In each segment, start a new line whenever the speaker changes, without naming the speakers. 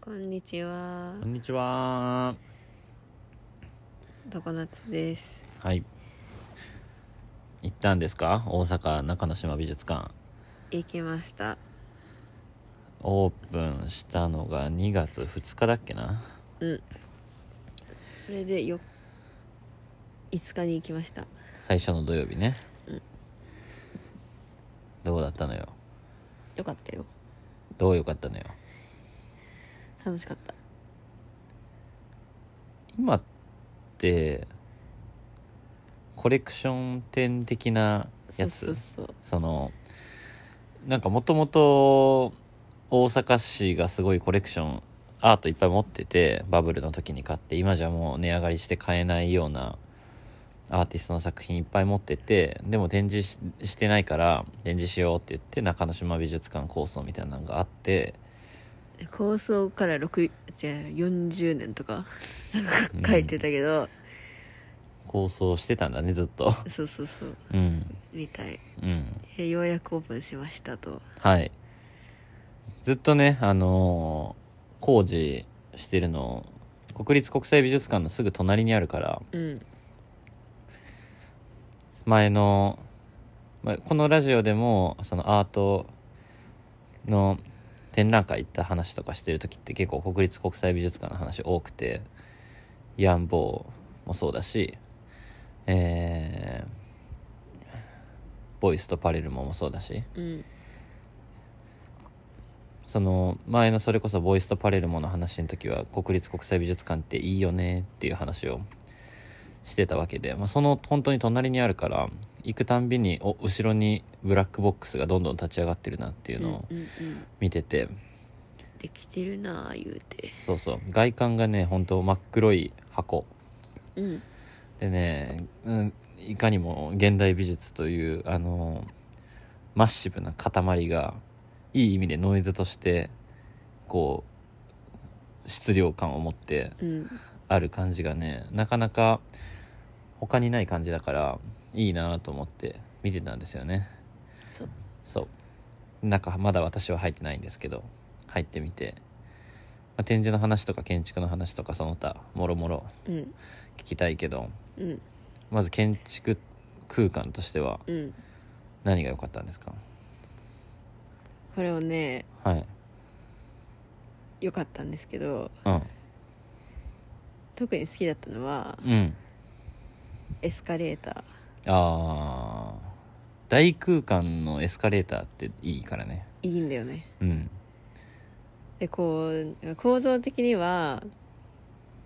こんにちは
こんにちは。
常夏です
はい。行ったんですか大阪中之島美術館。
行きました
オープンしたのが2月2日だっけな。
うんそれでよ5日に行きました
最初の土曜日ね。どうだったのよ。
よかったよ
どう良かったのよ。
楽しかった
今って、コレクション展的なや
そ
つ。
うそうそう
そのなんかもともと大阪市がすごいコレクションアートいっぱい持っててバブルの時に買って今じゃもう値上がりして買えないようなアーティストの作品いっぱい持っててでも展示ししてないから展示しようって言って中之島美術館構想みたいなのがあって
構想から6違う40年と かなんか書いてたけど、
構想してたんだねずっと
そうそうそう
うん
みたい
うん
えようやくオープンしましたと
はい。ずっとね、あのー工事してるのを、国立国際美術館のすぐ隣にあるから、
うん
前の、まあ、このラジオでも、そのアートの展覧会行った話とかしてる時って結構国立国際美術館の話多くて、ヤンボーもそうだし、えーボイスとパレルモもそうだし、
うん
その前のそれこそボイスとパレルモの話の時は国立国際美術館っていいよねっていう話をしてたわけで、まあ、その本当に隣にあるから行くたんびにお後ろにブラックボックスがどんどん立ち上がってるなっていうのを
うんうんうん
見てて、
できてるなあ言うて
そうそう外観がね本当真っ黒い箱
うん
でね、うん、いかにも現代美術というあのマッシブな塊がいい意味でノイズとしてこう質量感を持って
うん
ある感じがねなかなか他にない感じだからいいなと思って見てたんですよね
そう
そう中まだ私は入ってないんですけど入ってみて、まあ展示の話とか建築の話とかその他もろもろ
うん
聞きたいけど
うん
まず建築空間としては
うん
何が良かったんですか
これをね
はい
良かったんですけど
うん
特に好きだったのは
うん
エスカレータ
あー大空間のエスカレーターっていいからね
ーいいんだよね
うん
でこう構造的には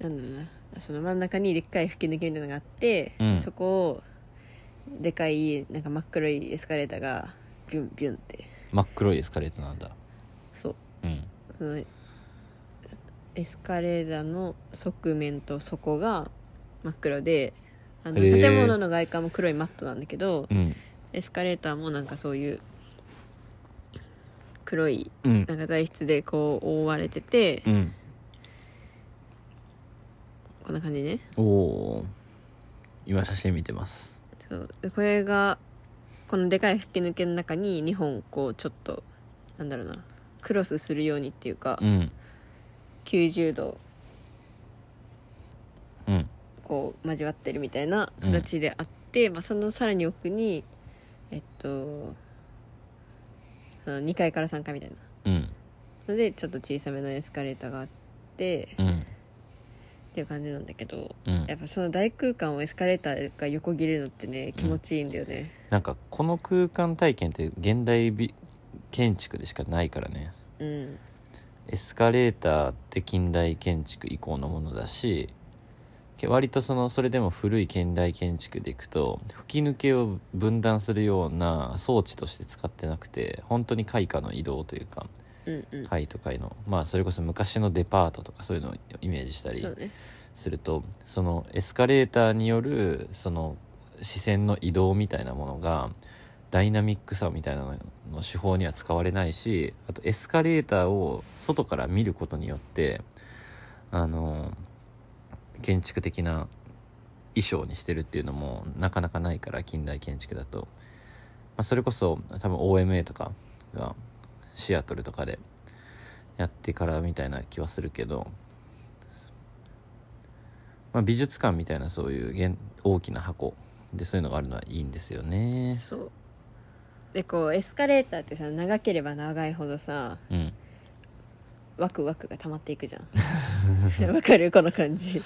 なんだろうなその真ん中にでっかい吹き抜けみたいなのがあって、
うん
そこをでかいなんか真っ黒いエスカレーターがビュンビュンって
真っ黒いエスカレーターなんだ
そう
うん
そのエスカレーターの側面と底が真っ黒であの
へー
建物の外観も黒いマットなんだけど
うん
エスカレーターもなんかそういう黒い
うん
なんか材質でこう覆われてて、
うん
こんな感じね
おおー今写真見てます
そうでこれがこのでかい吹き抜けの中に2本こうちょっとなんだろうなクロスするようにっていうか、
うん
90度
うん
こう交わってるみたいな形であって、まあ、そのさらに奥にえっとその2階から3階みたいな
うん
のでちょっと小さめのエスカレーターがあってっ
うん
ていう感じなんだけど
うん
やっぱその大空間をエスカレーターが横切れるのってね気持ちいいんだよね、
なんかこの空間体験って現代美建築でしかないからね
うん、
エスカレーターって近代建築以降のものだしけ割とそのそれでも古い近代建築でいくと吹き抜けを分断するような装置として使ってなくて本当に階下の移動というか
うんうん
階と階のまあそれこそ昔のデパートとかそういうのをイメージしたり
そうね
するとそのエスカレーターによるその視線の移動みたいなものがダイナミックさみたいなのの手法には使われないしあとエスカレーターを外から見ることによってあの建築的な衣装にしてるっていうのもなかなかないから近代建築だと、まあ、それこそ多分 OMA とかがシアトルとかでやってからみたいな気はするけど、まあ、美術館みたいなそういう現大きな箱でそういうのがあるのはいいんですよね。
そうでこうエスカレーターってさ長ければ長いほどさ
うん、
ワクワクが溜まっていくじ ゃんわかるこの感じ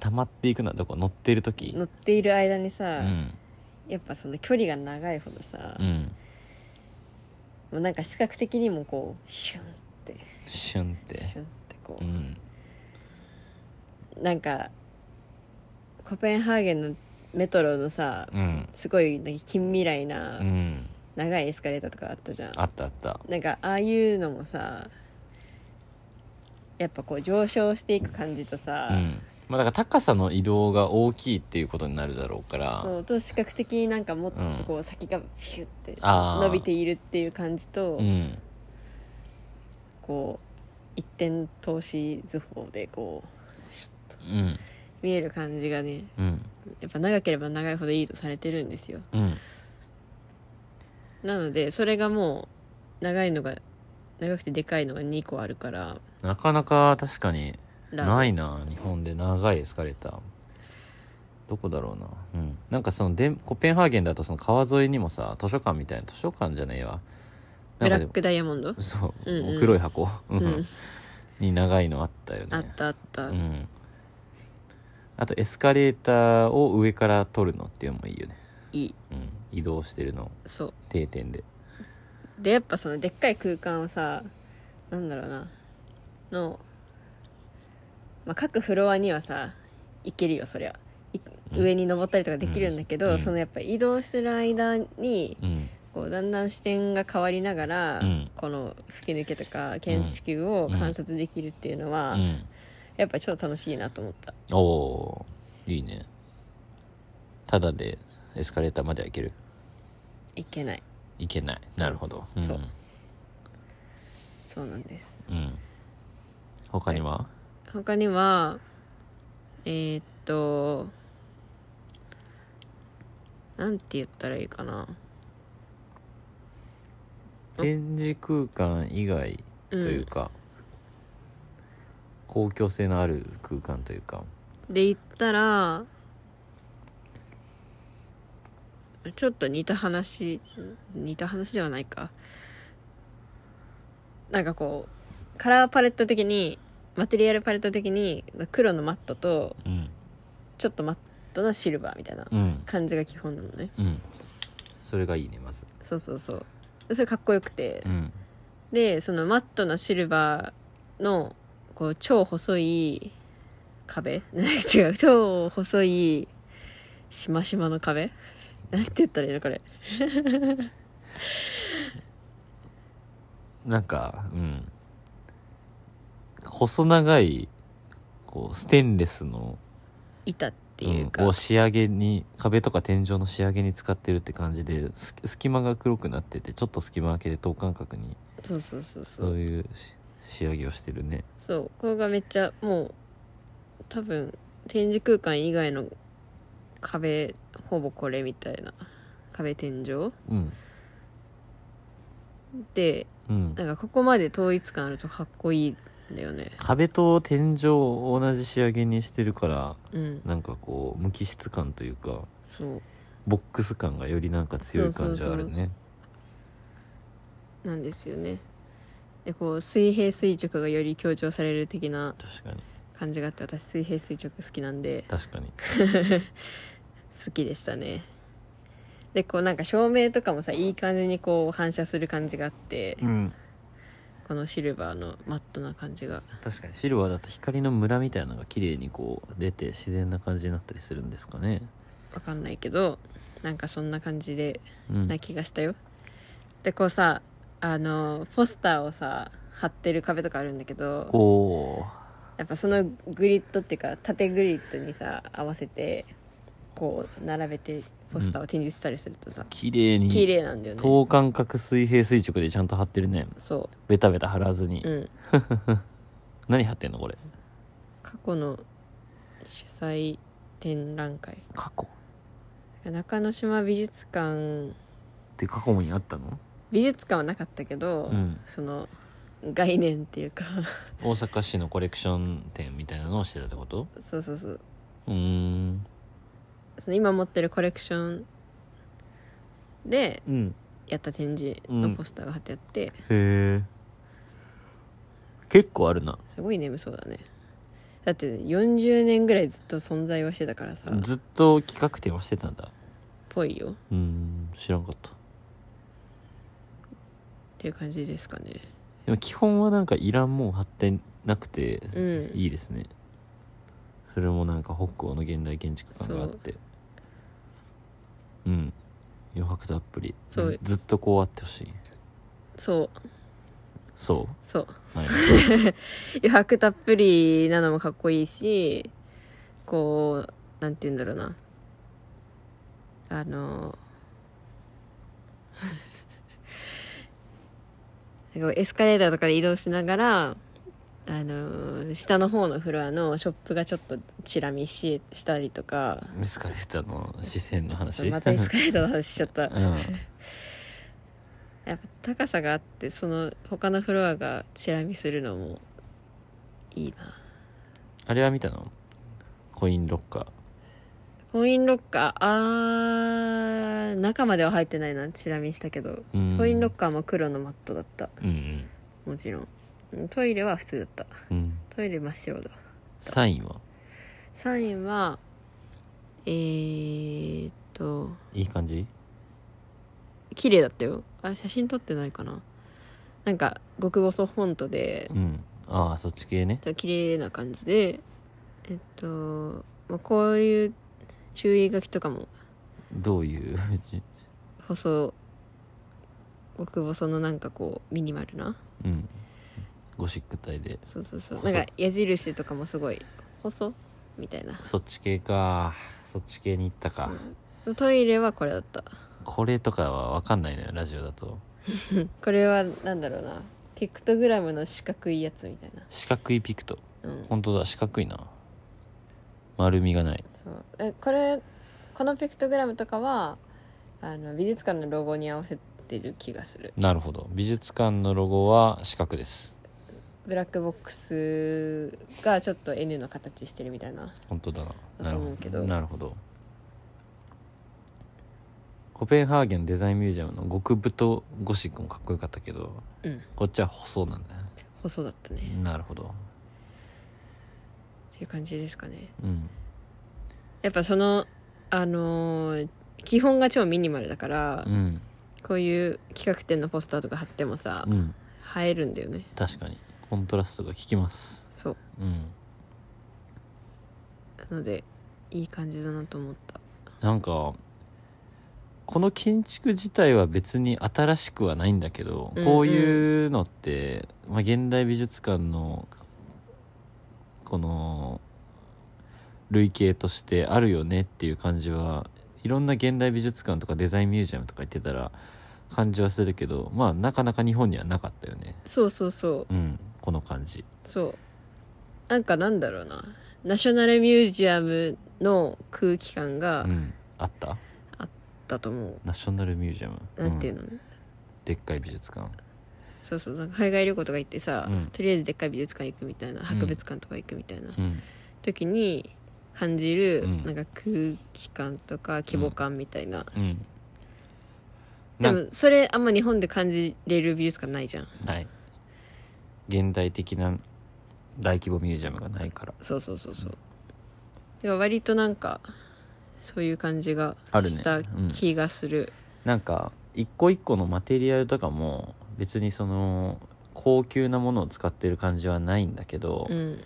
溜まっていくのはどこ乗ってる時
乗っている間に
う
さ、
ん
やっぱその距離が長いほどさ、
う
も
ん
うなんか視覚的にもこうシュンって
シュンって
シュンってこ
う
う、
ん
なんかコペンハーゲンのメトロのさ、
うん
すごいなんか近未来な
うん
長いエスカレーターとかあったじゃん、
あったあった
なんかああいうのもさやっぱこう上昇していく感じとさ、
うんまあだから高さの移動が大きいっていうことになるだろうから
そうと視覚的になんかもっと
うん
こう先がピュッて
あー
伸びているっていう感じと、
うん
こう一点投資図法でこうシュッと
うん
見える感じがね
うん
やっぱ長ければ長いほどいいとされてるんですよ
うん
なのでそれがもう長いのが長くてでかいのが2個あるから
なかなか確かに
ラ
ないな日本で長いエスカレーターどこだろうなうんなんかそのでコペンハーゲンだとその川沿いにもさ図書館みたいな図書館じゃねえわ
ブ
なんか
ラ
で
ッ
も
クダイヤモンド
そう、
うんうん
黒い箱、うん
うん
に長いのあったよね
あったあった、
うん、あとエスカレーターを上から撮るのっていうのもいいよね、
いい
うん、移動してるのを
そう
定点で
でやっぱそのでっかい空間をさなんだろうなの、まあ、各フロアにはさ行けるよそりゃい
うん
上に登ったりとかできるんだけど、
うん
そのやっぱ移動してる間に
うん
こうだんだん視点が変わりながら、
うん
この吹き抜けとか建築を観察できるっていうのは、
うん
やっぱ超楽しいなと思った
おおーいいねただでエスカレーターまでは行ける
いけない
行けないなるほど、ん、
そうそうなんです
うん他には
他にはえーっとなんて言ったらいいかな
展示空間以外というか、公共性のある空間というか
で言ったらちょっと似た話似た話ではないかなんかこうカラーパレット的にマテリアルパレット的に黒のマットと
うん
ちょっとマットなシルバーみたいな
うん
感じが基本なのね
うんそれがいいねまず
そうそうそうでそれかっこよくて
うん
でそのマットなシルバーのこう超細い壁 違う超細いしましまの壁なんて言ったらいいのこれ
なんか、うん。細長い、こう、ステンレスの、
板っていうか、
んを仕上げに、壁とか天井の仕上げに使ってるって感じで、す隙間が黒くなってて、ちょっと隙間開けで等間隔に、
そうそうそうそ
そうういうし仕上げをしてるね。
そうこれがめっちゃもう多分展示空間以外の壁ほぼこれみたいな壁天井
うん。
で
うん
な。んかここまで統一感あるとかっこいいんだよね
壁と天井を同じ仕上げにしてるから、
うん
なんかこう、無機質感というか、
そう
ボックス感がよりなんか強い感じはあるね。
なんですよねでこう水平垂直がより強調される的な
確かに。
感じがあって私水平垂直好きなんで
確かに。
好きでしたねでこうなんか照明とかもさいい感じにこう反射する感じがあって
うん。
このシルバーのマットな感じが
確かにシルバーだと光のムラみたいなのが綺麗にこう出て自然な感じになったりするんですかね
わかんないけどなんかそんな感じで
うん
な気がしたよでこうさあのポスターをさ貼ってる壁とかあるんだけど
おお
やっぱそのグリッドっていうか縦グリッドにさ合わせてこう並べてポスターを展示したりするとさ、
綺麗に
綺麗なんだよね
等間隔水平垂直でちゃんと貼ってるね
そ
ベタベタ貼らずに、
ううん
何貼ってんのこれ
過去の主催展覧会
過去
中之島美術館
って過去にあったの
美術館はなかったけど、
うん
その概念っていうか
大阪市のコレクション店みたいなのをしてたってこと
そうそうそう
うーん
その今持ってるコレクションで
うん
やった展示のポスターが貼ってあって、
へえ結構あるな
すごい眠そうだねだって40年ぐらいずっと存在はしてたからさ
ずっと企画展はしてたんだ
ぽいよっ
うーん知らんかった
ていう感じですかね
でも基本はなんかいらんもん貼ってなくて、
うん
いいですねそれもなんか北欧の現代建築感があってうん余白たっぷり
そう
ずずっとこうあってほしい
そう
そ
そう
う、 はい、
余白たっぷりなのもかっこいいしこうなんて言うんだろうなあの なんかエスカレーターとかで移動しながらあの下の方のフロアのショップがちょっとチラ見ししたりとか
ミスカレーターの視線の話
またエスカレーターの話しちゃった
うん
やっぱ高さがあってその他のフロアがチラ見するのもいいな
あれは見たのコインロッカー
コインロッカーあー中までは入ってないなチラ見したけど
うん
コインロッカーも黒のマットだった
うん
もちろんうんトイレは普通だった
うんうん
トイレ真っ白だ
サインは
サインはえー、っと
いい感じ
綺麗だったよあ写真撮ってないかななんか極細フォントで
うんああそっち系
ち
ね
ょっと綺麗な感じでえっと、まあ、こういう注意書きとかも
どういう
細極細のなんかこうミニマルな
うんゴシック体で
そうそうそう
細
ないんか矢印とかもすごい細みたいな
そっち系かそっち系に行ったか
そうトイレはこれだった
これとかは分かんないのよラジオだと
これはなんだろうなピクトグラムの四角いやつみたいな
四角いピクト
うん
本当だ四角いな丸みがない
そうえこれこのピクトグラムとかはあの美術館のロゴに合わせてる気がする
なるほど美術館のロゴは四角です
ブラックボックスがちょっと N の形してるみたいな
本当だな
だ
な
と
る
思う
ほ
けど
どなるほどコペンハーゲンデザインミュージアムの極太ゴシックもかっこよかったけど
うん
こっちは細なんだ
細だったね
ねなるほど
っていう感じですかね
うん
やっぱそのあのー基本が超ミニマルだから、
うん
こういう企画展のポスターとか貼ってもさ、
うん
映えるんだよね
確かにコントラストが効きます
そう
うん
なのでいい感じだなと思った
なんかこの建築自体は別に新しくはないんだけど、
うんうん
こういうのって、まあ、現代美術館のこの類型としてあるよねっていう感じはいろんな現代美術館とかデザインミュージアムとか行ってたら感じはするけどまあなかなか日本にはなかったよね
そうそうそう
うんこの感じ
そうなんかなんだろうなナショナルミュージアムの空気感が
うんあった
だと思う、
ナショナルミュージアム
なんていう
うん
の、
でっかい美術館
そうそうなんか海外旅行とか行ってさ、
うん
とりあえずでっかい美術館行くみたいな博物館とか行くみたいな
うん
時に感じる、
うん
なんか空気感とか規模感みたいな、
うん
でもそれあんま日本で感じれる美術館ないじゃん
ない現代的な大規模ミュージアムがないから
そうそうそうそうでも割となんかそういう感じが
あるね
した
うん
気がする
なんか一個一個のマテリアルとかも別にその高級なものを使ってる感じはないんだけど、
うん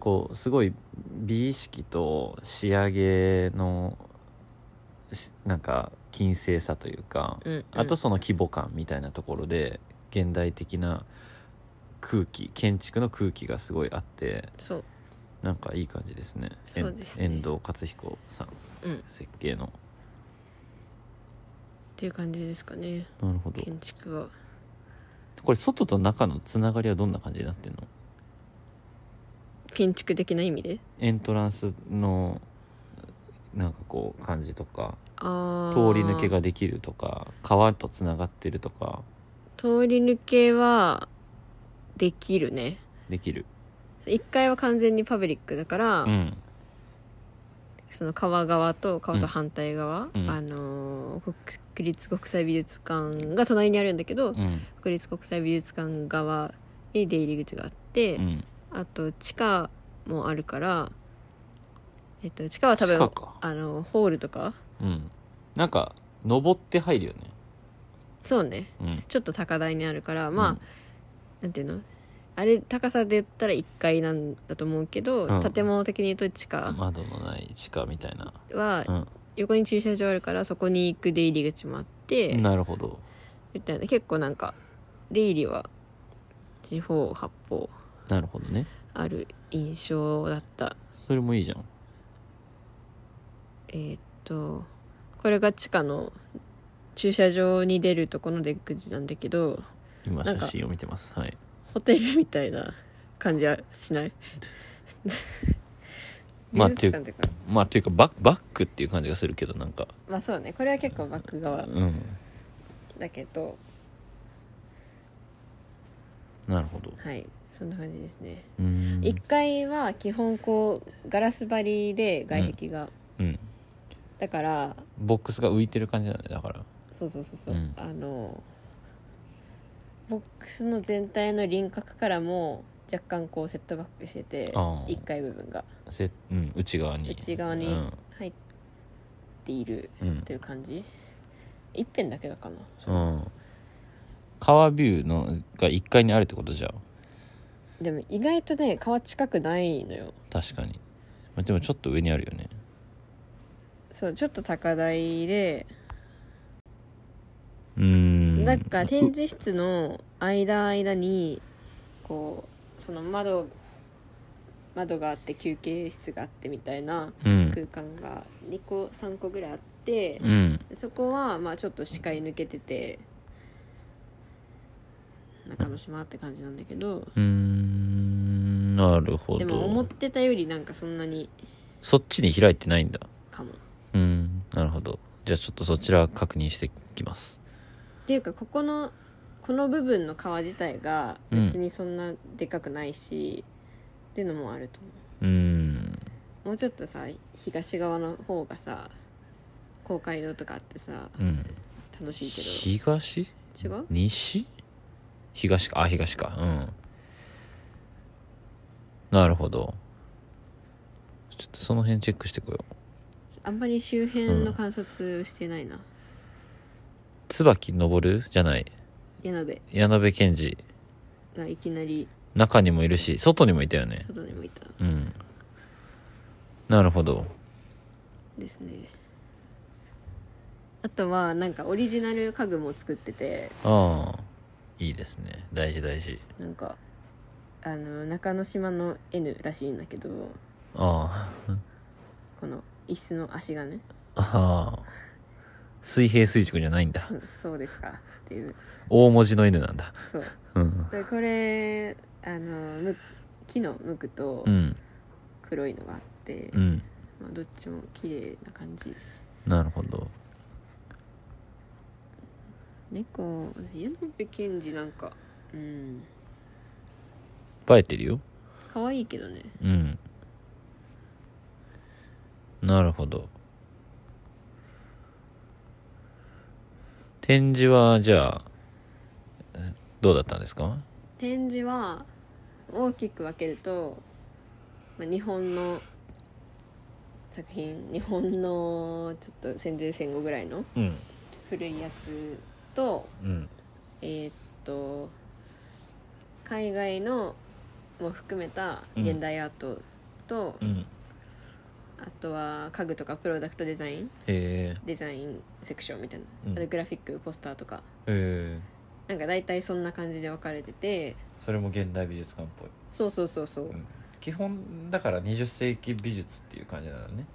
こうすごい美意識と仕上げのしなんか均整さというか、
うん、うん
あとその規模感みたいなところで現代的な空気建築の空気がすごいあって
そう
なんかいい感じですねえん
そうですね
遠藤勝彦さん
うんっ
設計の
ていう感じですかね
なるほど
建築は
これ外と中のつながりはどんな感じになってんの
建築的な意味で
エントランスのなんかこう感じとか
あ
通
ー
り抜けができるとか川とつながってるとか
通り抜けはできるね
できる
1階は完全にパブリックだから、
うん
その川側と川と反対側、
うん
あのー国国立国際美術館が隣にあるんだけど、
うん
国立国際美術館側に出入り口があって、
うん
あと地下もあるから、えっと、地下は多
地下
分
か
あのホールとか
うんなんか登って入るよね
そうね
うん
ちょっと高台にあるからまあ、なんていうのあれ高さで言ったら1階なんだと思うけど、
うん
建物的に言うと地下
あ窓のない地下みたいな
は
うん、
横に駐車場あるからそこに行く出入り口もあって、
なるほど
みたいな結構なんか出入りは四方八方
なるほどね
ある印象だった
それもいいじゃん
えーっとこれが地下の駐車場に出るとこの出口なんだけど
今
なんか
写真を見てますはい
ホテルみたいな感じはしない
まあ
美術館っていうか
まあというかバッバックっていう感じがするけどなんか
まあそうねこれは結構バック側
うん
だけど
なるほど
はいそんな感じですね、
うーん
1階は基本こうガラス張りで外壁が、
うん
だから
ボックスが浮いてる感じなんだよだから
そうそうそうそう、
うん
あのボックスの全体の輪郭からも若干こうセットバックしてて
あー
1階部分が
せ、うん、内側に
内側に
うん
入っている
うん
という感じ一辺だけだかな
うん、川ビューのが1階にあるってことじゃん
でも意外とね川近くないのよ
確かにまあでもちょっと上にあるよね
そうちょっと高台で
うーん
なんか展示室の間間にこうその窓窓があって休憩室があってみたいな
うん
空間が2個3個ぐらいあって
うん
そこはまあちょっと視界抜けてて中之島って感じなんだけど
うーんなるほ
でも思っ
ど
てたよりなんかそんなに
そっちに開いてないんだ
かもっ
うんなるほどじゃあちょっとそちら確認してきます
ていうかここのこの部分の川自体が別にそんなでかくないし、っていうのもあると思う
うーん
もうちょっとさ東側の方がさ公会堂とかあってさ
うん
楽しいけ
東
ど違う
西東かあ東かうんなるほどちょっとその辺チェックしてこよう
あんまり周辺の観察してないな
椿登じゃない
矢部
矢野部賢治
がいきなり
中にもいるし外にもいたよね
外に向いたん
うんなるほど
ですねあとはなんかオリジナル家具も作ってて
ああいいですね大事大事
なんかあの中之島の N らしいんだけど
ああ
この椅子の足がね
ああ水平垂直じゃないんだ
そうですかっていう
大文字の犬なんだ
そう
うん
でこれあのむ木の向くと
うん
黒いのがあって、
うん
まあ、どっちも綺麗な感じ
なるほど
猫矢部賢治なんかうん
映えてるよ
可愛いけどね
うんなるほど展示はじゃあえどうだったんですか
展示は大きく分けると、まあ、日本の作品日本のちょっと戦前戦後ぐらいの
うん
古いやつと
うん
えーっと海外のも含めた現代アートと、
うん
あとは家具とかプロダクトデザイン
へ
デザインセクションみたいな、
うん
あとグラフィックポスターとか
えへえ
なんか大体そんな感じで分かれてて
それも現代美術館っぽい
そうそうそうそう、
うん基本だから20世紀美術っていう感じなのね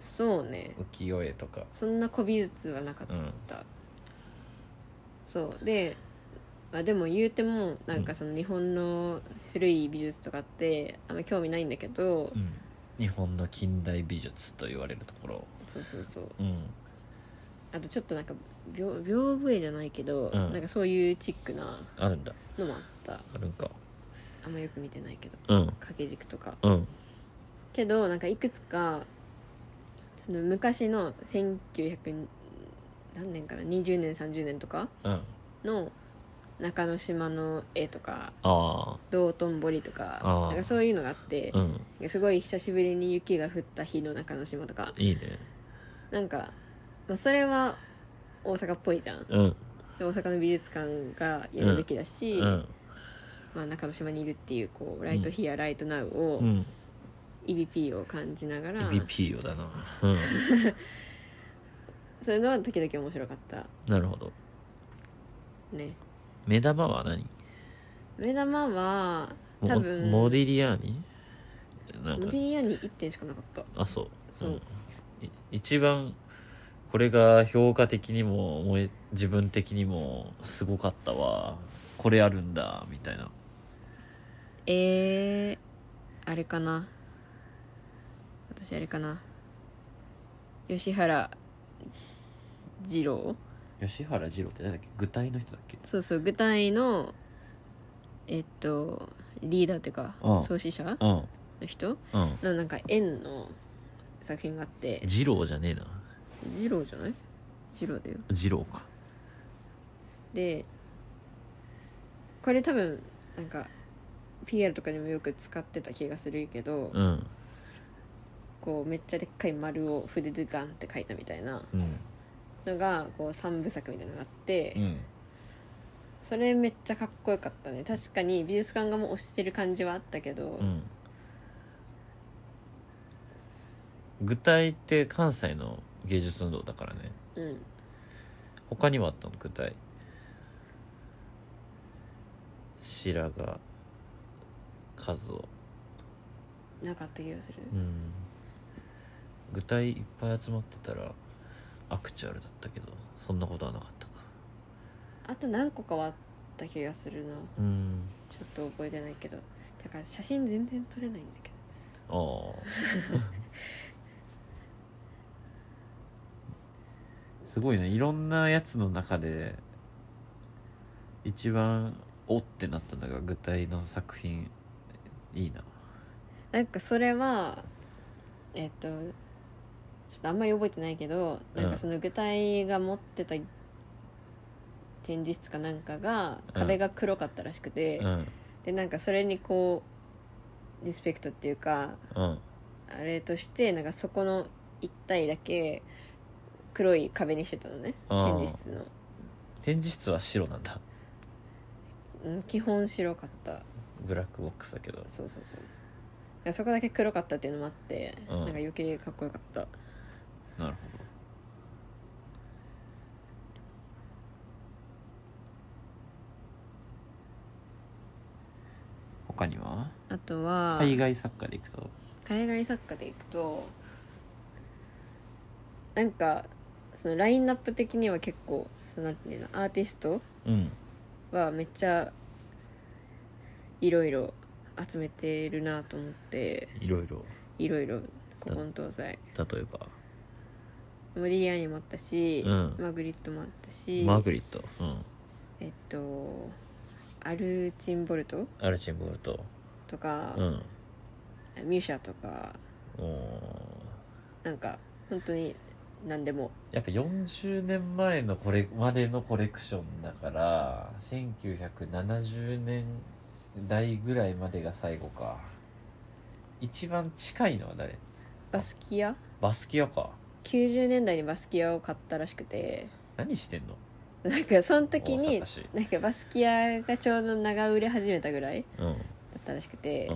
そうね
浮世絵とか
そんな古美術はなかっ
うん
た、そうで、まあ、でも言うてもなんかその日本の古い美術とかってあんま興味ないんだけど、
うん日本の近代美術と言われるところ
そうそうそう
うん
あとちょっとなんか屏屏風絵じゃないけど、
うん
なんかそういうチックな
あるんだ
のもあった
あるんか
あんまよく見てないけど
うん
掛け軸とか
うん
けどなんかいくつかその昔の1900何年かな20年30年とか
うんあ
の中之島の絵とか
あ
道頓堀とか
あー
なんかそういうのがあって
ーう、ん
すごい久しぶりに雪が降った日の中之島とか
いいね
なんか、まあ、それは大阪っぽいじゃん
うん
で大阪の美術館がやるべきだし、
うん
まあ、中之島にいるっていうこうライトヒアライトナウを、
うん
EBP を感じながら
EBP よだなうん
そういうのは時々面白かった
なるほど
ね
目玉は何
目玉は
モ
多分
モディリアーニな
モ
ん
デ
か
ィリアに1点しかなかった
あそう
そうん
い一番これが評価的にも思い自分的にもすごかったわこれあるんだみたいな
えー、あれかな私あれかな吉原二郎
吉原二郎って誰だっけ具体の人だっけ
そうそう具体のえっとリーダーっていうか
うん
創始者の
うん
人
うん
のなんか円の作品があって
二郎じゃねえな
二郎じゃない二郎だよ
二郎か
でこれ多分なんか PR とかにもよく使ってた気がするけど、
うん
こうめっちゃでっかい丸を筆でガンって書いたみたいな
うん
のがこう3部作みたいなのがあって、
うん
それめっちゃかっこよかったね確かに美術館がもう推してる感じはあったけど、
うん具体って関西の芸術運動だからね
うん
他にもあったの具体白髪和夫
なかった気がする
うん具体いっぱい集まってたらアクチュアルだったけどそんなことはなかったか
あと何個かはあった気がするな
うん
ちょっと覚えてないけどだから写真全然撮れないんだけど
ああすごいねいろんなやつの中で一番おってなったのが具体の作品いいな
なんかそれはえっとちょっとあんまり覚えてないけど、
うん
なんかその具体が持ってた展示室かなんかが
うん
壁が黒かったらしくて、
うん
でなんかそれにこうリスペクトっていうか
うん
あれとしてなんかそこの一体だけ黒い壁にしてたのね
あー
展示室の、
展示室は白なんだ
うん、基本白かった
ブラックボックスだけど
そうそうそうだからそこだけ黒かったっていうのもあって、
うん
なんか余計かっこよかった
なるほど他には
あとは
海外作家でいくと
海外作家でいくとなんかそのラインナップ的には結構そのなんていうのアーティスト
うん
はめっちゃいろいろ集めてるなと思って
いろいろ
いろいろ古今東西
例えば
モディリアーニもあったし、
うん
マグリットもあったし
マグリット、うん、
えっとアルチンボルト
アルチンボルト、
とか、
うん、
ミュシャとか
も
なんか本当に何でも
うやっぱ40年前のこれまでのコレクションだから1970年代ぐらいまでが最後か一番近いのは誰
バスキア
バスキアか
90年代にバスキアを買ったらしくて
何してんの
なんかその時
大
に
阪市
なんかバスキアがちょうど長売れ始めたぐらい
うんうん
だったらしくて、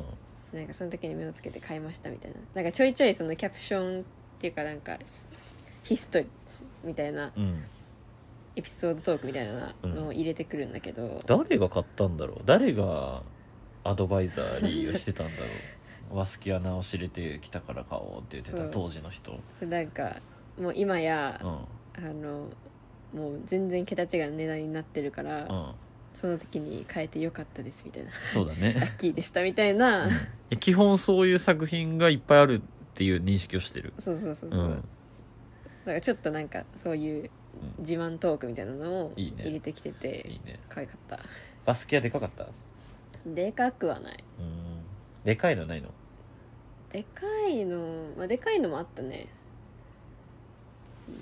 なんかその時に目をつけて買いましたみたいななんかちょいちょいそのキャプションっていうかなんかヒストリーみたいな
うん
エピソードトークみたいなのを入れてくるんだけど、
誰が買ったんだろう誰がアドバイザーリーをしてたんだろう バスキア直し入れてきたから買おうって言ってた
そう
当時の人
なんかもう今や
う、ん
あのもう全然桁違いの値段になってるから、
うん
その時に変えてよかったですみたいな
そうだね
ラ ッキーでしたみたいな、
え基本そういう作品がいっぱいあるっていう認識をしてる
そうそうそう
う
そう、だ
ん
からちょっとなんかそういう自慢トークみたいなのを
いいね
入れてきてて
いいね
可愛かった
バスケはでかかった
でかくはない
うんでかいのないの
でかいの、まあ、でかいのもあったね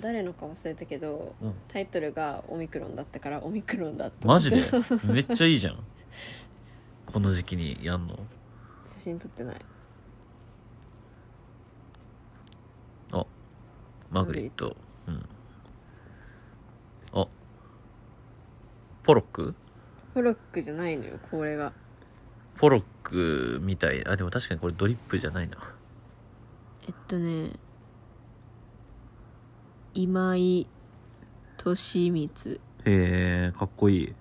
誰のか忘れたけど
うん
タイトルがオミクロンだったからオミクロンだった
マ ジで めっちゃいいじゃんこの時期にやんの
写真撮ってない
あマグリットうんあポロック
フロックじゃないのよこれが
ポロックみたいあでも確かにこれドリップじゃないな
えっとね今井利光
へえかっこいい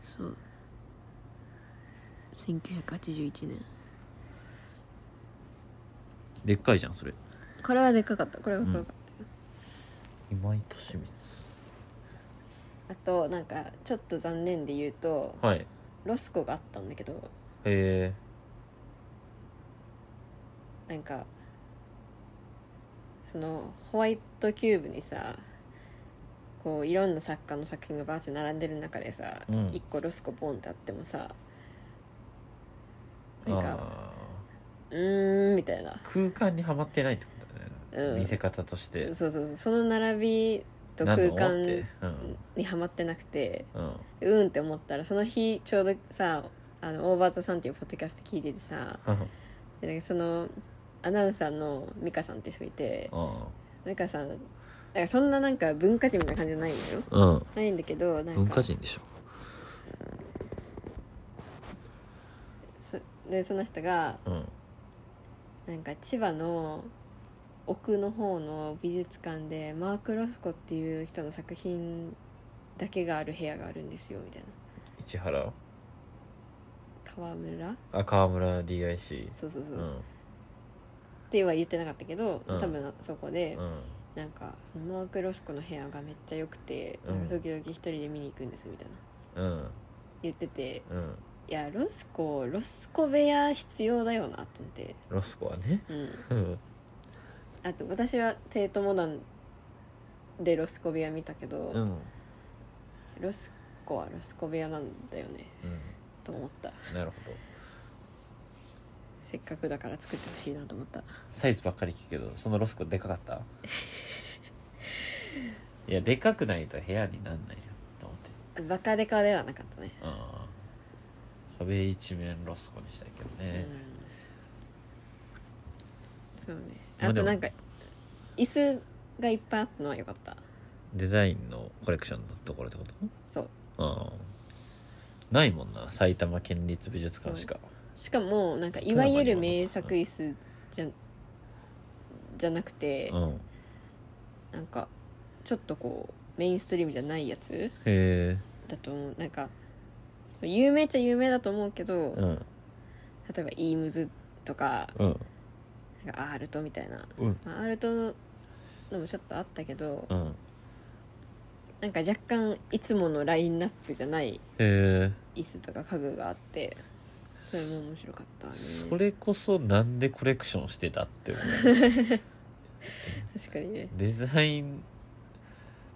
そう1981年
でっかいじゃんそれ
これはでっかかったこれがかっこよかったよ、
今井俊光
あとなんかちょっと残念で言うと
はいへ
ロスコがあったんだけど
え
なんかそのホワイトキューブにさこういろんな作家の作品がバーって並んでる中でさ、
う
一
ん
1個ロスコボンってあってもさなんかうーんみたいな
空間にはまってないってことだよね、
うん
見せ方として
そうそうそうその並びと
な
空
んか思って
間
うん
にはまってなくて
うん
うーんって思ったらその日ちょうどさあのオーバーザさんっていうポッドキャスト聞いててさでなんかそのアナウンサーの美香さんっていう人がいて美香さんなんかそんななんか文化人みたいな感じじゃないのよ
うん、うん、
ないんだけどなんか
文化人でしょ
そでその人が
うん
なんか千葉の奥の方の美術館でマーク・ロスコっていう人の作品だけがある部屋があるんですよみたいな
市原
川村
あ川村 DIC
そうそうそう、
う
っ
ん
ては言ってなかったけど、
うん
多分そこ
う
で、
ん
なんかそのマーク・ロスコの部屋がめっちゃ良くて、
うん
なんか時々一人で見に行くんですみたいな
うん
言ってて
うん
いやロスコロスコ部屋必要だよなと思って
ロスコはね
うん
うん
あと私はテートモダンでロスコ部屋見たけど、
うん
ロスコはロスコ部屋なんだよねと思った
なるほど
せっかくだから作ってほしいなと思った
サイズばっかり聞くけどそのロスコでかかった いやでかくないと部屋になんないじゃんと思って
バカデカではなかったね、
うん壁一面ロスコにしたいけどね、
うん、そうね
まあ
あ
で
と
も
なんか椅子がいっぱいあったのは良かった
デザインのコレクションのところってこと
そう
うんないもんな埼玉県立美術館しか
しかもなんかいわゆる名作椅子じゃじゃなくて
う、ん
なんかちょっとこうメインストリームじゃないやつ
へえ
だと思うなんか有名っちゃ有名だと思うけど、
うん
例えばイームズとか
うん
なんかアールトみたいな、
うん
まあ、アールトののもちょっとあったけど
うんへ
なんか若干いつものラインナップじゃない
え
椅子とか家具があってそれも面白かったね
それこそなんでコレクションしてたって思う
確かにね
デザイン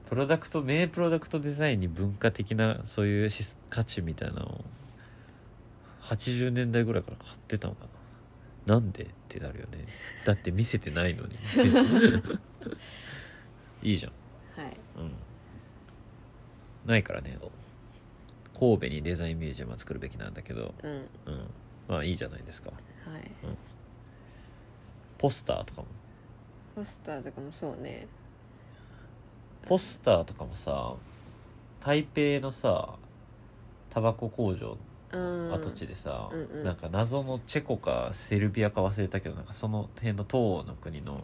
プロダクト名プロダクトデザインに文化的なそういうし価値みたいなのを80年代ぐらいから買ってたのかななんでってなるよねだって見せてないのにいいじゃん
はい
うんないからね神戸にデザインミュージアムは作るべきなんだけど、
うん
うん、まあいいじゃないですか
はい
ポスターとかも
ポスターとかもそうね
ポスターとかもさ台北のさタバコ工場
うん
跡地でさ、
うんうん
なんか謎のチェコかセルビアか忘れたけどなんかその辺の東欧の国の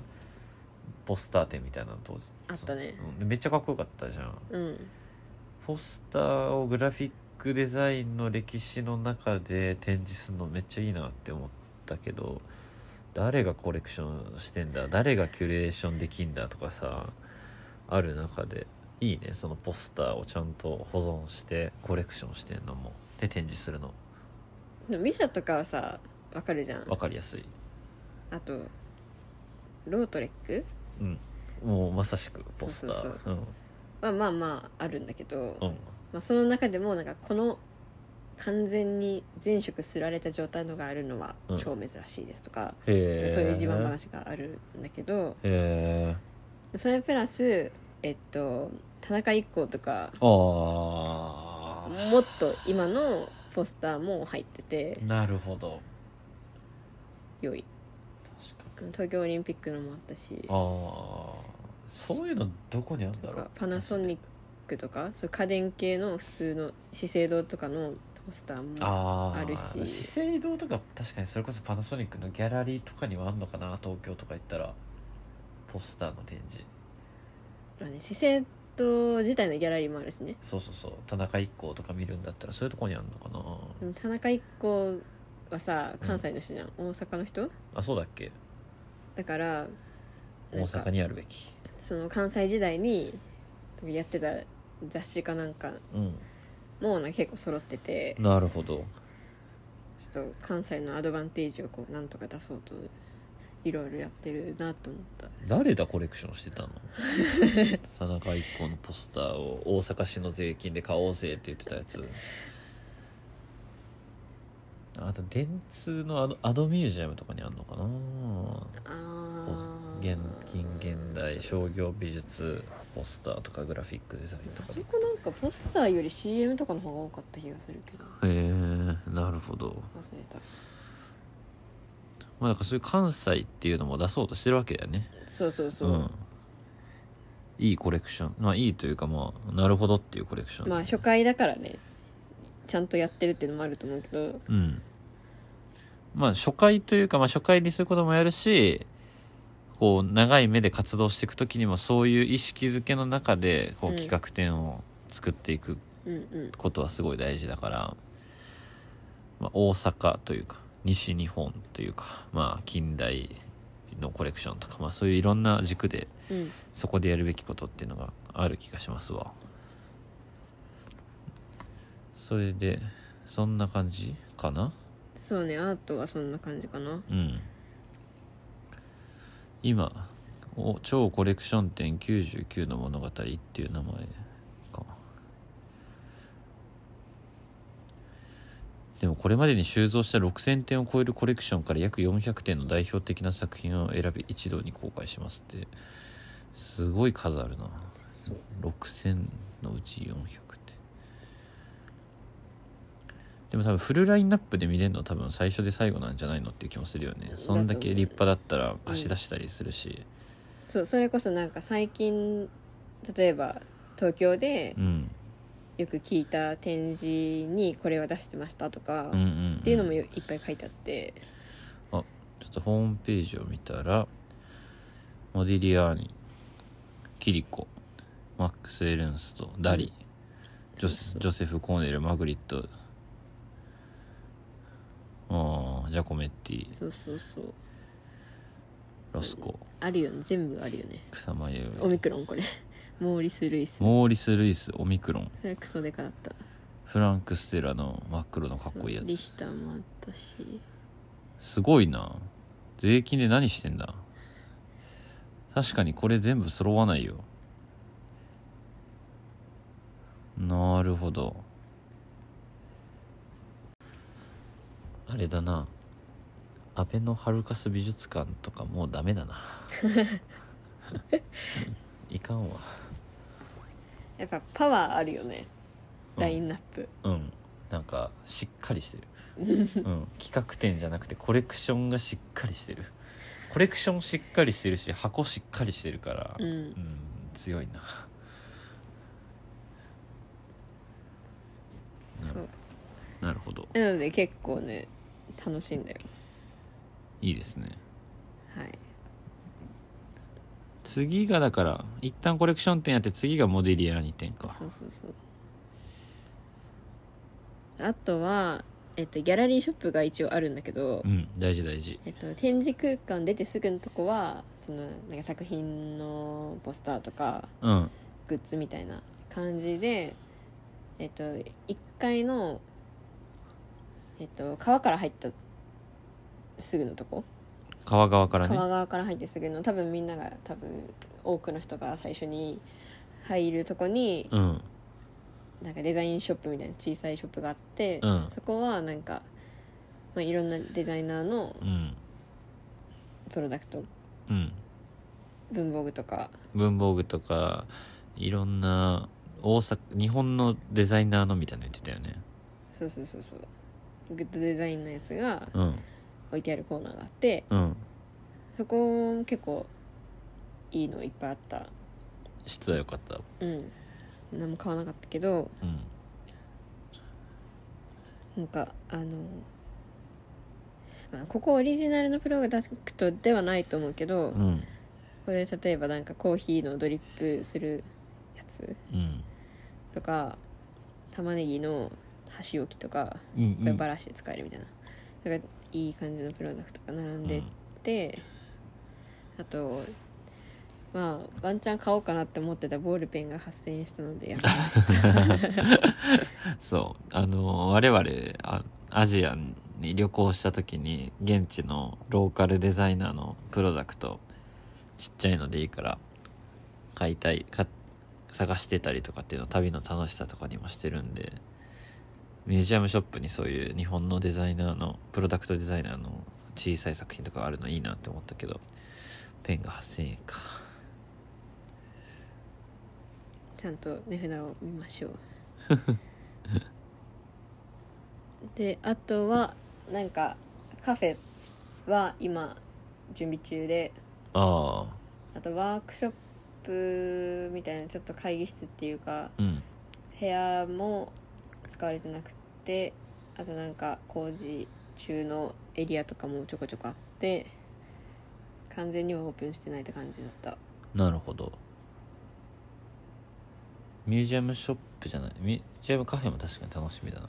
ポスター展みたいなの当時
あったね
うんめっちゃかっこよかったじゃん
うん
ポスターをグラフィックデザインの歴史の中で展示するのめっちゃいいなって思ったけど誰がコレクションしてんだ誰がキュレーションできんだとかさある中でいいねそのポスターをちゃんと保存してコレクションしてんのもで展示するの
でもミシャとかはさわかるじゃん
分かりやすい
あとロートレック
もうまさしくポスタ
そうそ
ーうん
はまあまああるんだけど、
うん
まあ、その中でもなんかこの完全に全色すられた状態のがあるのは
うん
超珍しいですとか、
へえ
そういう自慢話があるんだけど
へえ
それプラスえっと田中一行とか
ああ
もっと今のポスターも入ってて
なるほど
良い
確か
東京オリンピックのもあったし
ああそういうのどこにあるん
と
だろ
か
う
パナソニックとかそういう家電系の普通の資生堂とかのポスターも
あー
あるし
資生堂とか確かにそれこそパナソニックのギャラリーとかにはあんのかな東京とか行ったらポスターの展示
まあね資生堂自体のギャラリーもあるしね
そうそうそう田中一行とか見るんだったらそういうとこにあんのか
で
な
も田中一行はさ関西の人じゃん、大阪の人
あそうだっけ
だから
大
なん
阪
か
にあるべき
その関西時代にやってた雑誌かなんか
うん
もなんか結構揃ってて
なるほど
ちょっと関西のアドバンテージをこうなんとか出そうといろいろやってるなと思った
誰だコレクションしてた の田中一行のポスターを大阪市の税金で買おうぜって言ってたやつあと電通のアドアドミュージアムとかにあるのかな
あー
現近現代商業美術ポスターとかグラフィックデザインと
あ
か
そ
へ
こなんかポスターより CM とかの方が多かった気がするけど
えなるほど
忘れた
まあなんかそういう関西っていうのも出そうとしてるわけだよね
そうそうそう、
ん、いいコレクションまあいいというかまあなるほどっていうコレクション
まあ初回だからねちゃんとやってるっていうのもあると思うけど
うんまあ初回というか、まあ、初回にすることもやるしこう長い目で活動していく時にもそういう意識づけの中でこ
う
うん企画展を作っていく
うんうん
ことはすごい大事だから、まあ、大阪というか西日本というかまあ近代のコレクションとか、まあ、そういういろんな軸で
うん
そこでやるべきことっていうのがある気がしますわそれでそんな感じかな
そうねアートはそんな感じかな
うん今お超コレクション展99の物語っていう名前かでもこれまでに収蔵した6000点を超えるコレクションから約400点の代表的な作品を選び一堂に公開しますってすごい数あるな6000のうち400点でも多分フルラインナップで見れるの多分最初で最後なんじゃないのっていう気もするよねそんだけ立派だったら貸し出したりするし
そうそれこそなんか最近例えば東京で
うん
よく聞いた展示にこれを出してましたとか、
うんうんん
っていうのもよいっぱい書いてあって
ちょっとホームページを見たら、モディリアーニ、キリコ、マックス・エルンスト、ダリ、ジョセ
そうそう
ジョセフ・コーネル、マグリット、あージャコメッティ、
そうそうそう
ロスコ、
あるよね全部あるよね
草間由
オ
美、
ミクロンこれモーリス・ルイス
モーリス・ルイス、オミクロン、
それクソでかだった
フランク・ステラの真っ黒のかっこいいや
リ
つ。
ヒターもあったし
すごいな。税金で何してんだ確かにこれ全部揃わないよ。なるほど。あれだな。安倍のハルカス美術館とかもうダメだな。いかんわ。
やっぱパワーあるよね
うん
ラインナップ
うん。なんか、しっか りしてる。うん。企画展じゃなくてコレクションがしっかりしてる。コレクションしっかりしてるし、箱しっかりしてるから。
うん、
うん強いな
そう
なるほど
なので結構ね楽しいんだよ
いいですね
はい
次がだから一旦コレクション展やって次がモディリアーニ展か
そうそうそうあとは、えっと、ギャラリーショップが一応あるんだけど、
うん大事大事
えっと、展示空間出てすぐのとこはそのなんか作品のポスターとか
うん
グッズみたいな感じで、えっと、1階の、えっと、川から入ったすぐのとこ
川側からね
川側から入ってすぐの多分みんなが多分多くの人が最初に入るとこに
うん
なんかデザインショップみたいな小さいショップがあって、
うん
そこはなんか、まあ、いろんなデザイナーの
うん
プロダクト
うん
文房具とか
文房具とかいろんな大阪日本のデザイナーのみたいなの言ってたよね
そうそうそうそうグッドデザインのやつが
うん
置いてあるコーナーがあって
うん
そこも結構いいのいっぱいあった
質は良かった
うん何も買わなかったけど
うん
なんかあの、まあ、ここオリジナルのプロダクトではないと思うけど、
うん
これ例えばなんかコーヒーのドリップするやつ
うん
とか玉ねぎの箸置きとか
うん
これバラして使えるみたいな、なんかいい感じのプロダクトが並んでて、あとまあワンチャン買おうかなって思ってたボールペンが8000円したのでやめました
そうあの我々あアジアに旅行した時に現地のローカルデザイナーのプロダクトちっちゃいのでいいから買いたいか探してたりとかっていうのを旅の楽しさとかにもしてるんでミュージアムショップにそういう日本のデザイナーのプロダクトデザイナーの小さい作品とかあるのいいなって思ったけどペンが8000円か
ちゃんと値札を見ましょうであとはなんかカフェは今準備中で
ああ
あとワークショップみたいなちょっと会議室っていうか
うん
部屋も使われてなくてあとなんか工事中のエリアとかもちょこちょこあって完全にはオープンしてないって感じだった
なるほどミュージアムショップじゃないミュージアムカフェも確かに楽しみだな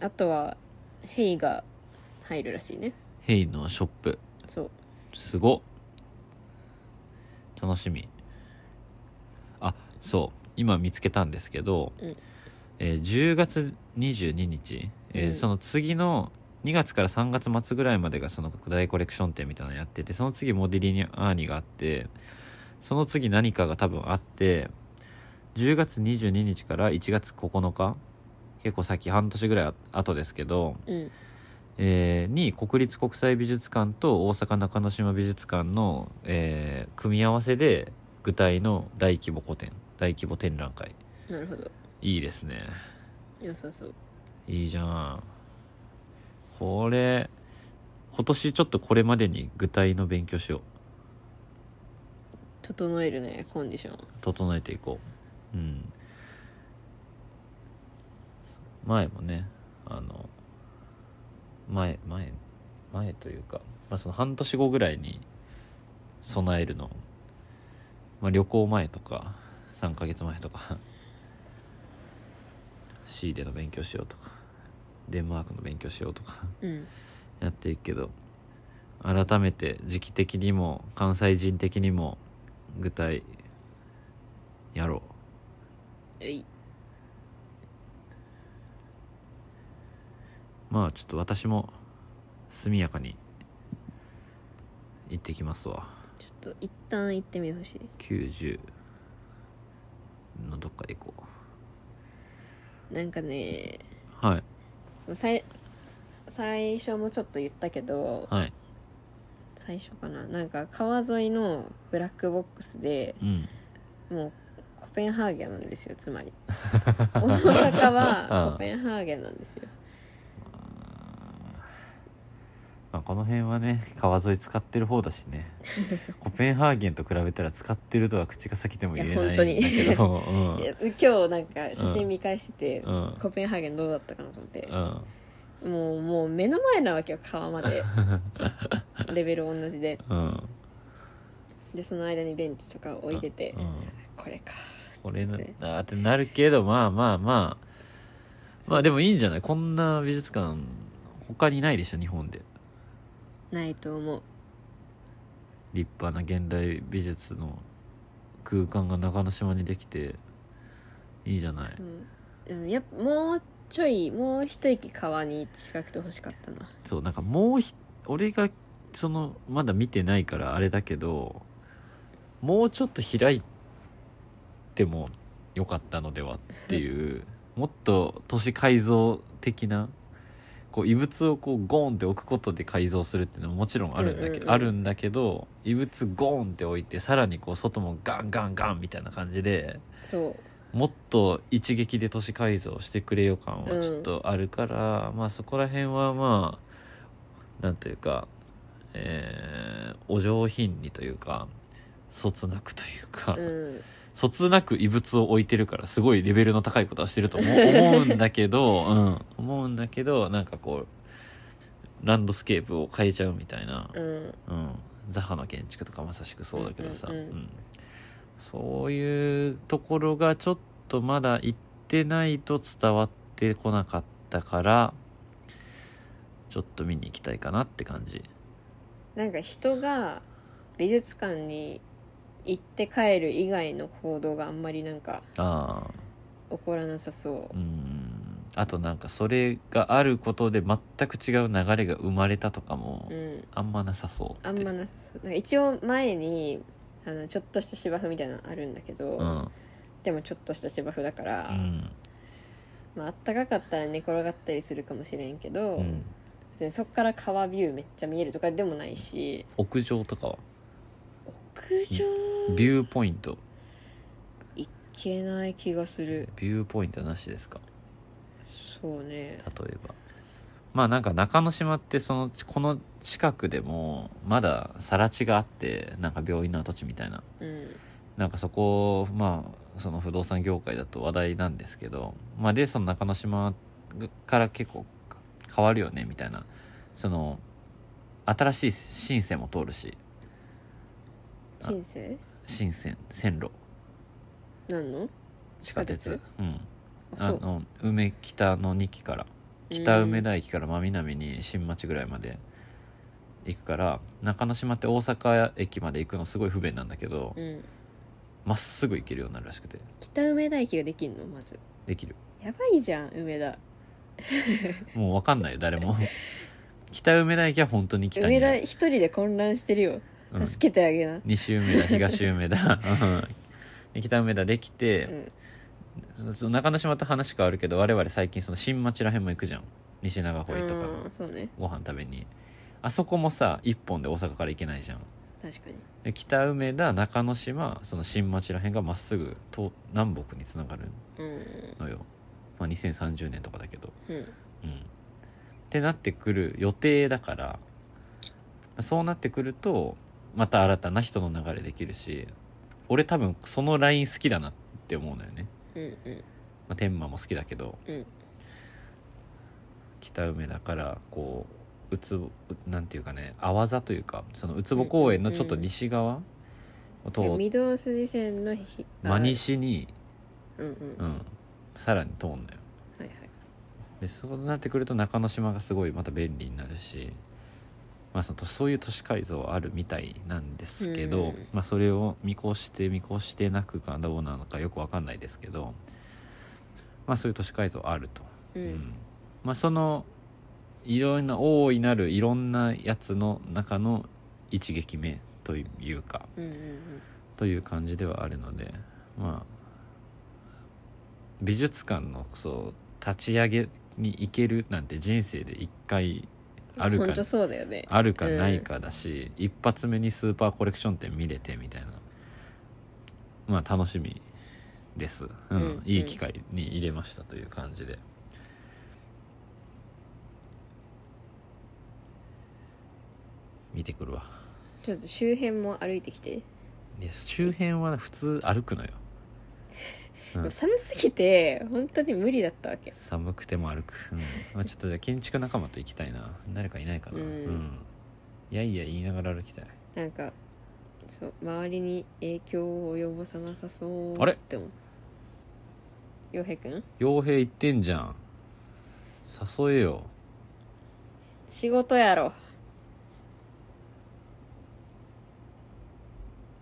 あとはヘイが入るらしいね
ヘイのショップ
そう
すごっ楽しみあそう今見つけたんですけど、
うん
えー10月22日、えー
うん
その次の2月から3月末ぐらいまでがその大コレクション展みたいなのやっててその次モディリニアーニがあってその次何かが多分あって10月22日から1月9日結構先半年ぐらい後ですけど、
うん
えーに国立国際美術館と大阪中之島美術館の、えー組み合わせで具体の大規模個展大規模展覧会
なるほど
いいですね
良さそう
いいじゃんこれ今年ちょっとこれまでに具体の勉強しよ
整えるねコンディション
う整えていこううん前もねあの前前前というか、まあ、その半年後ぐらいに備えるの、まあ、旅行前とか3ヶ月前とか C での勉強しようとかデンマークの勉強しようとか
うん
やっていくけど改めて時期的にも関西人的にも具体やろ
えいう
まあちょっと私も速やかに行ってきますわ
ちょっと一旦行ってみてほし
90のどっかで行こ
いなんかね
うはい
最最初もちょっと言ったけど
はい
最初かななんか川沿いのブラックボックスで
うん
もうコペンハーゲンなんですよつ まり大阪
うん
はコペンハーゲンなんですよ
まあ、この辺はね川沿い使ってる方だしねコペンハーゲンと比べたら使ってるとは口が先でも言えないんだけ
いや
どうん
いや今日なんか写真見返してて、
うん
コペンハーゲンどうだったかなと思って
う、ん
もうもう目の前なわけよ川までレベル同じで
うん
でその間にベンチとか置いてて、
うん、
これか
これな
ね
あーってなるけどまあまあまあまあでもいいんじゃないこんな美術館他にないでしょ日本で
ないと思う
立派な現代美術の空間が中之島にできていいじゃない
うんでもやっぱもうちょいもう一息川に近くて欲しかったな
そうなんかもうひ俺がそのまだ見てないからあれだけどもうちょっと開いってもよかったのではっていうもっと都市改造的なこう異物をこうゴーンって置くことで改造するっていうのももちろんあるんだ
う
けど、
んうんうん
あるんだけど異物ゴーンって置いてさらにこう外もガンガンガンみたいな感じで
そう
もっと一撃で都市改造してくれよ感はちょっとあるから、まあそこら辺はまあなんというか、えーお上品にというかそつなくというか、
うん
そつなく異物を置いてるからすごいレベルの高いことはしてると思う思うんだけど、うん、思うんだけどなんかこうランドスケープを変えちゃうみたいな、
うん
うん、ザハの建築とかまさしくそうだけどさ、
うんうんうん
うんそういうところがちょっとまだ行ってないと伝わってこなかったからちょっと見に行きたいかなって感じ。
なんか人が美術館に行って帰る以外の行動があんまりなんか
あー
起こらなさそう
うーんあとなんかそれがあることで全く違う流れが生まれたとかも
うん
あんまなさそう
あんま
な
なさそうなんか一応前にあのちょっとした芝生みたいなのあるんだけど、
うん、
でもちょっとした芝生だから、
うん
まああったかかったら寝転がったりするかもしれんけど、
うん、
別にそっから川ビューめっちゃ見えるとかでもないし
屋上とかは
屋上
ビューポイント
行けない気がする
ビューポイントなしですか
そうね
例えばまあなんか中之島ってそのこの近くでもまだ更地があってなんか病院の跡地みたいな
うん
なんかそこまあその不動産業界だと話題なんですけど、まあ、でその中之島から結構変わるよねみたいなその新しい新線も通るしあ
人生
新線線路
なんの
地下
地
鉄
下
うん
あ
あ
そう
の梅北の2期から北梅田駅から真南に新町ぐらいまで行くから中之島って大阪駅まで行くのすごい不便なんだけど
うん
まっすぐ行けるようになるらしくて
北梅田駅ができんのまず
できる
やばいじゃん梅田
もう分かんない よ誰も北梅田駅は本当に北
梅
にあ
田
る、
一人で混乱してるよ
うん、
助けてあげな
西梅田東 梅田うんで北梅田でき
う
て、
ん
そその中之島と話変わるけど我々最近その新町らへんも行くじゃん西長
う
堀とかの
んそうね
ご飯食べにあそこもさ一本で大阪から行けないじゃん
確かに
で北梅田中之島その新町らへんがまっすぐと南北につながる
うん
のよ、まあ、2030年とかだけど
うん
うん、ってなってくる予定だからそうなってくるとまた新たな人の流れできるし俺多分そのライン好きだなって思うのよね、
うんうん
まあ、天満も好きだけど、
うん
北梅だからこううつぼなんていうかね淡座というかそのうつぼ公園のちょっと西側を通っ
御堂筋線の日あ
真西に、
うんうん
う
は
ん、さらに通んのよ
いはい
でそうなってくると中之島がすごいまた便利になるし、まあ、そのそういう都市改造はあるみたいなんですけ
う
ど、
ん
まあ、それを見越して見越してなくかどうなのかよくわかんないですけど、まあ、そういう都市改造はあると。
う
うんんまあ、そのいろんな大いなるいろんなやつの中の一撃目というか
うんうんうん
という感じではあるのでまあ美術館のそう立ち上げに行けるなんて人生で一回ある
本
か
当そうだよね
あるかないかだし、一発目にスーパーコレクション展見れてみたいなまあ楽しみです、うん
うん
いい機会に入れましたという感じで。見てくるわ
ちょっと周辺も歩いてきて、
で周辺は普通歩くのようん
でも寒すぎて本当に無理だったわけ
寒くても歩く、うんまあ、ちょっとじゃあ建築仲間と行きたいな誰かいないかな、
うん
いやいや言いながら歩きたい
なんかそう周りに影響を及ぼさなさそう
あれ
って思う洋平くん
傭兵行ってんじゃん誘えよ
仕事やろ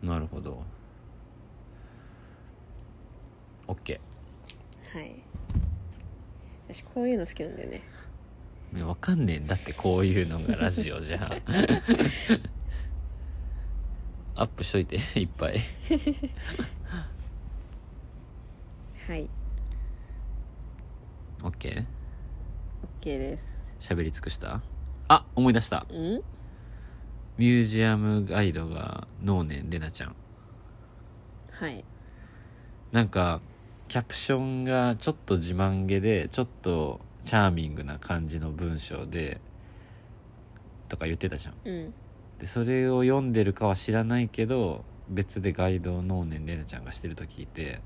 なるほど OK
はい私こういうの好きなんだよね
いやわかんねえんだってこういうのがラジ オじゃアップしといていっぱい
はい。
OK?
OK です。
喋り尽くしたあ思い出した
うん
ミュージアムガイドが能年玲奈ちゃん
はい。
なんかキャプションがちょっと自慢げでちょっとチャーミングな感じの文章でとか言ってたじゃん
うん。
でそれを読んでるかは知らないけど別でガイドを能年玲奈ちゃんがしてると聞いて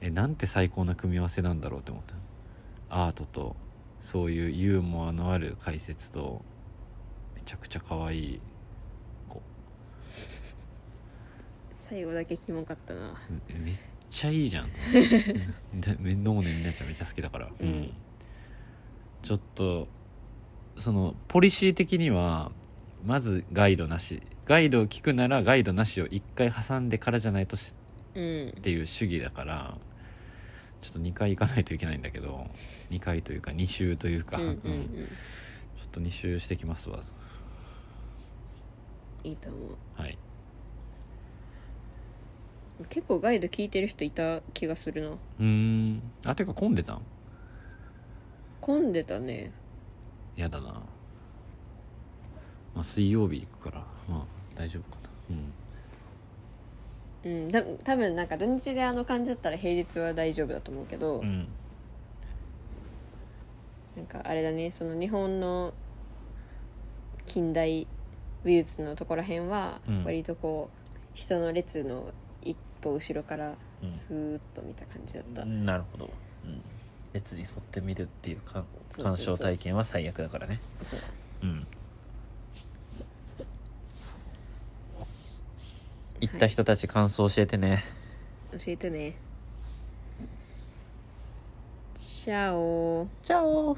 えなんて最高な組み合わせなんだろうって思ったアートとそういうユーモアのある解説とめちゃくちゃ可愛い子
最後だけキモかったな。
えめっちゃいいじゃん でめ能年玲奈ちゃんめっちゃ好きだから、
うん
ちょっとそのポリシー的にはまずガイドなしガイドを聞くならガイドなしを一回挟んでからじゃないとし
うん
っ。ていう主義だからちょっと2回行かないといけないんだけど2回というか2週というか、
うんうんう
うんちょ
ん。
っと2週してきますわ
いいと思う。
はい
結構ガイド聞いてる人いた気がするな。
うーんあてか混んでたん
混んでたね。
やだなまあ水曜日行くからまあ大丈夫かなうん
うん。だ多分なんか土日であの感じだったら平日は大丈夫だと思うけど、
うん
なんかあれだね、その日本の近代美術のところらへんは
うん
割とこう、人の列の一歩後ろから
うん
スーッと見た感じだった。
なるほど、うん、別に沿ってみるっていうか
そうそうそう鑑賞体
験は最悪だからね
そう
うん行った人たち感想教えてね、
教えてね。チャオ。
チャオ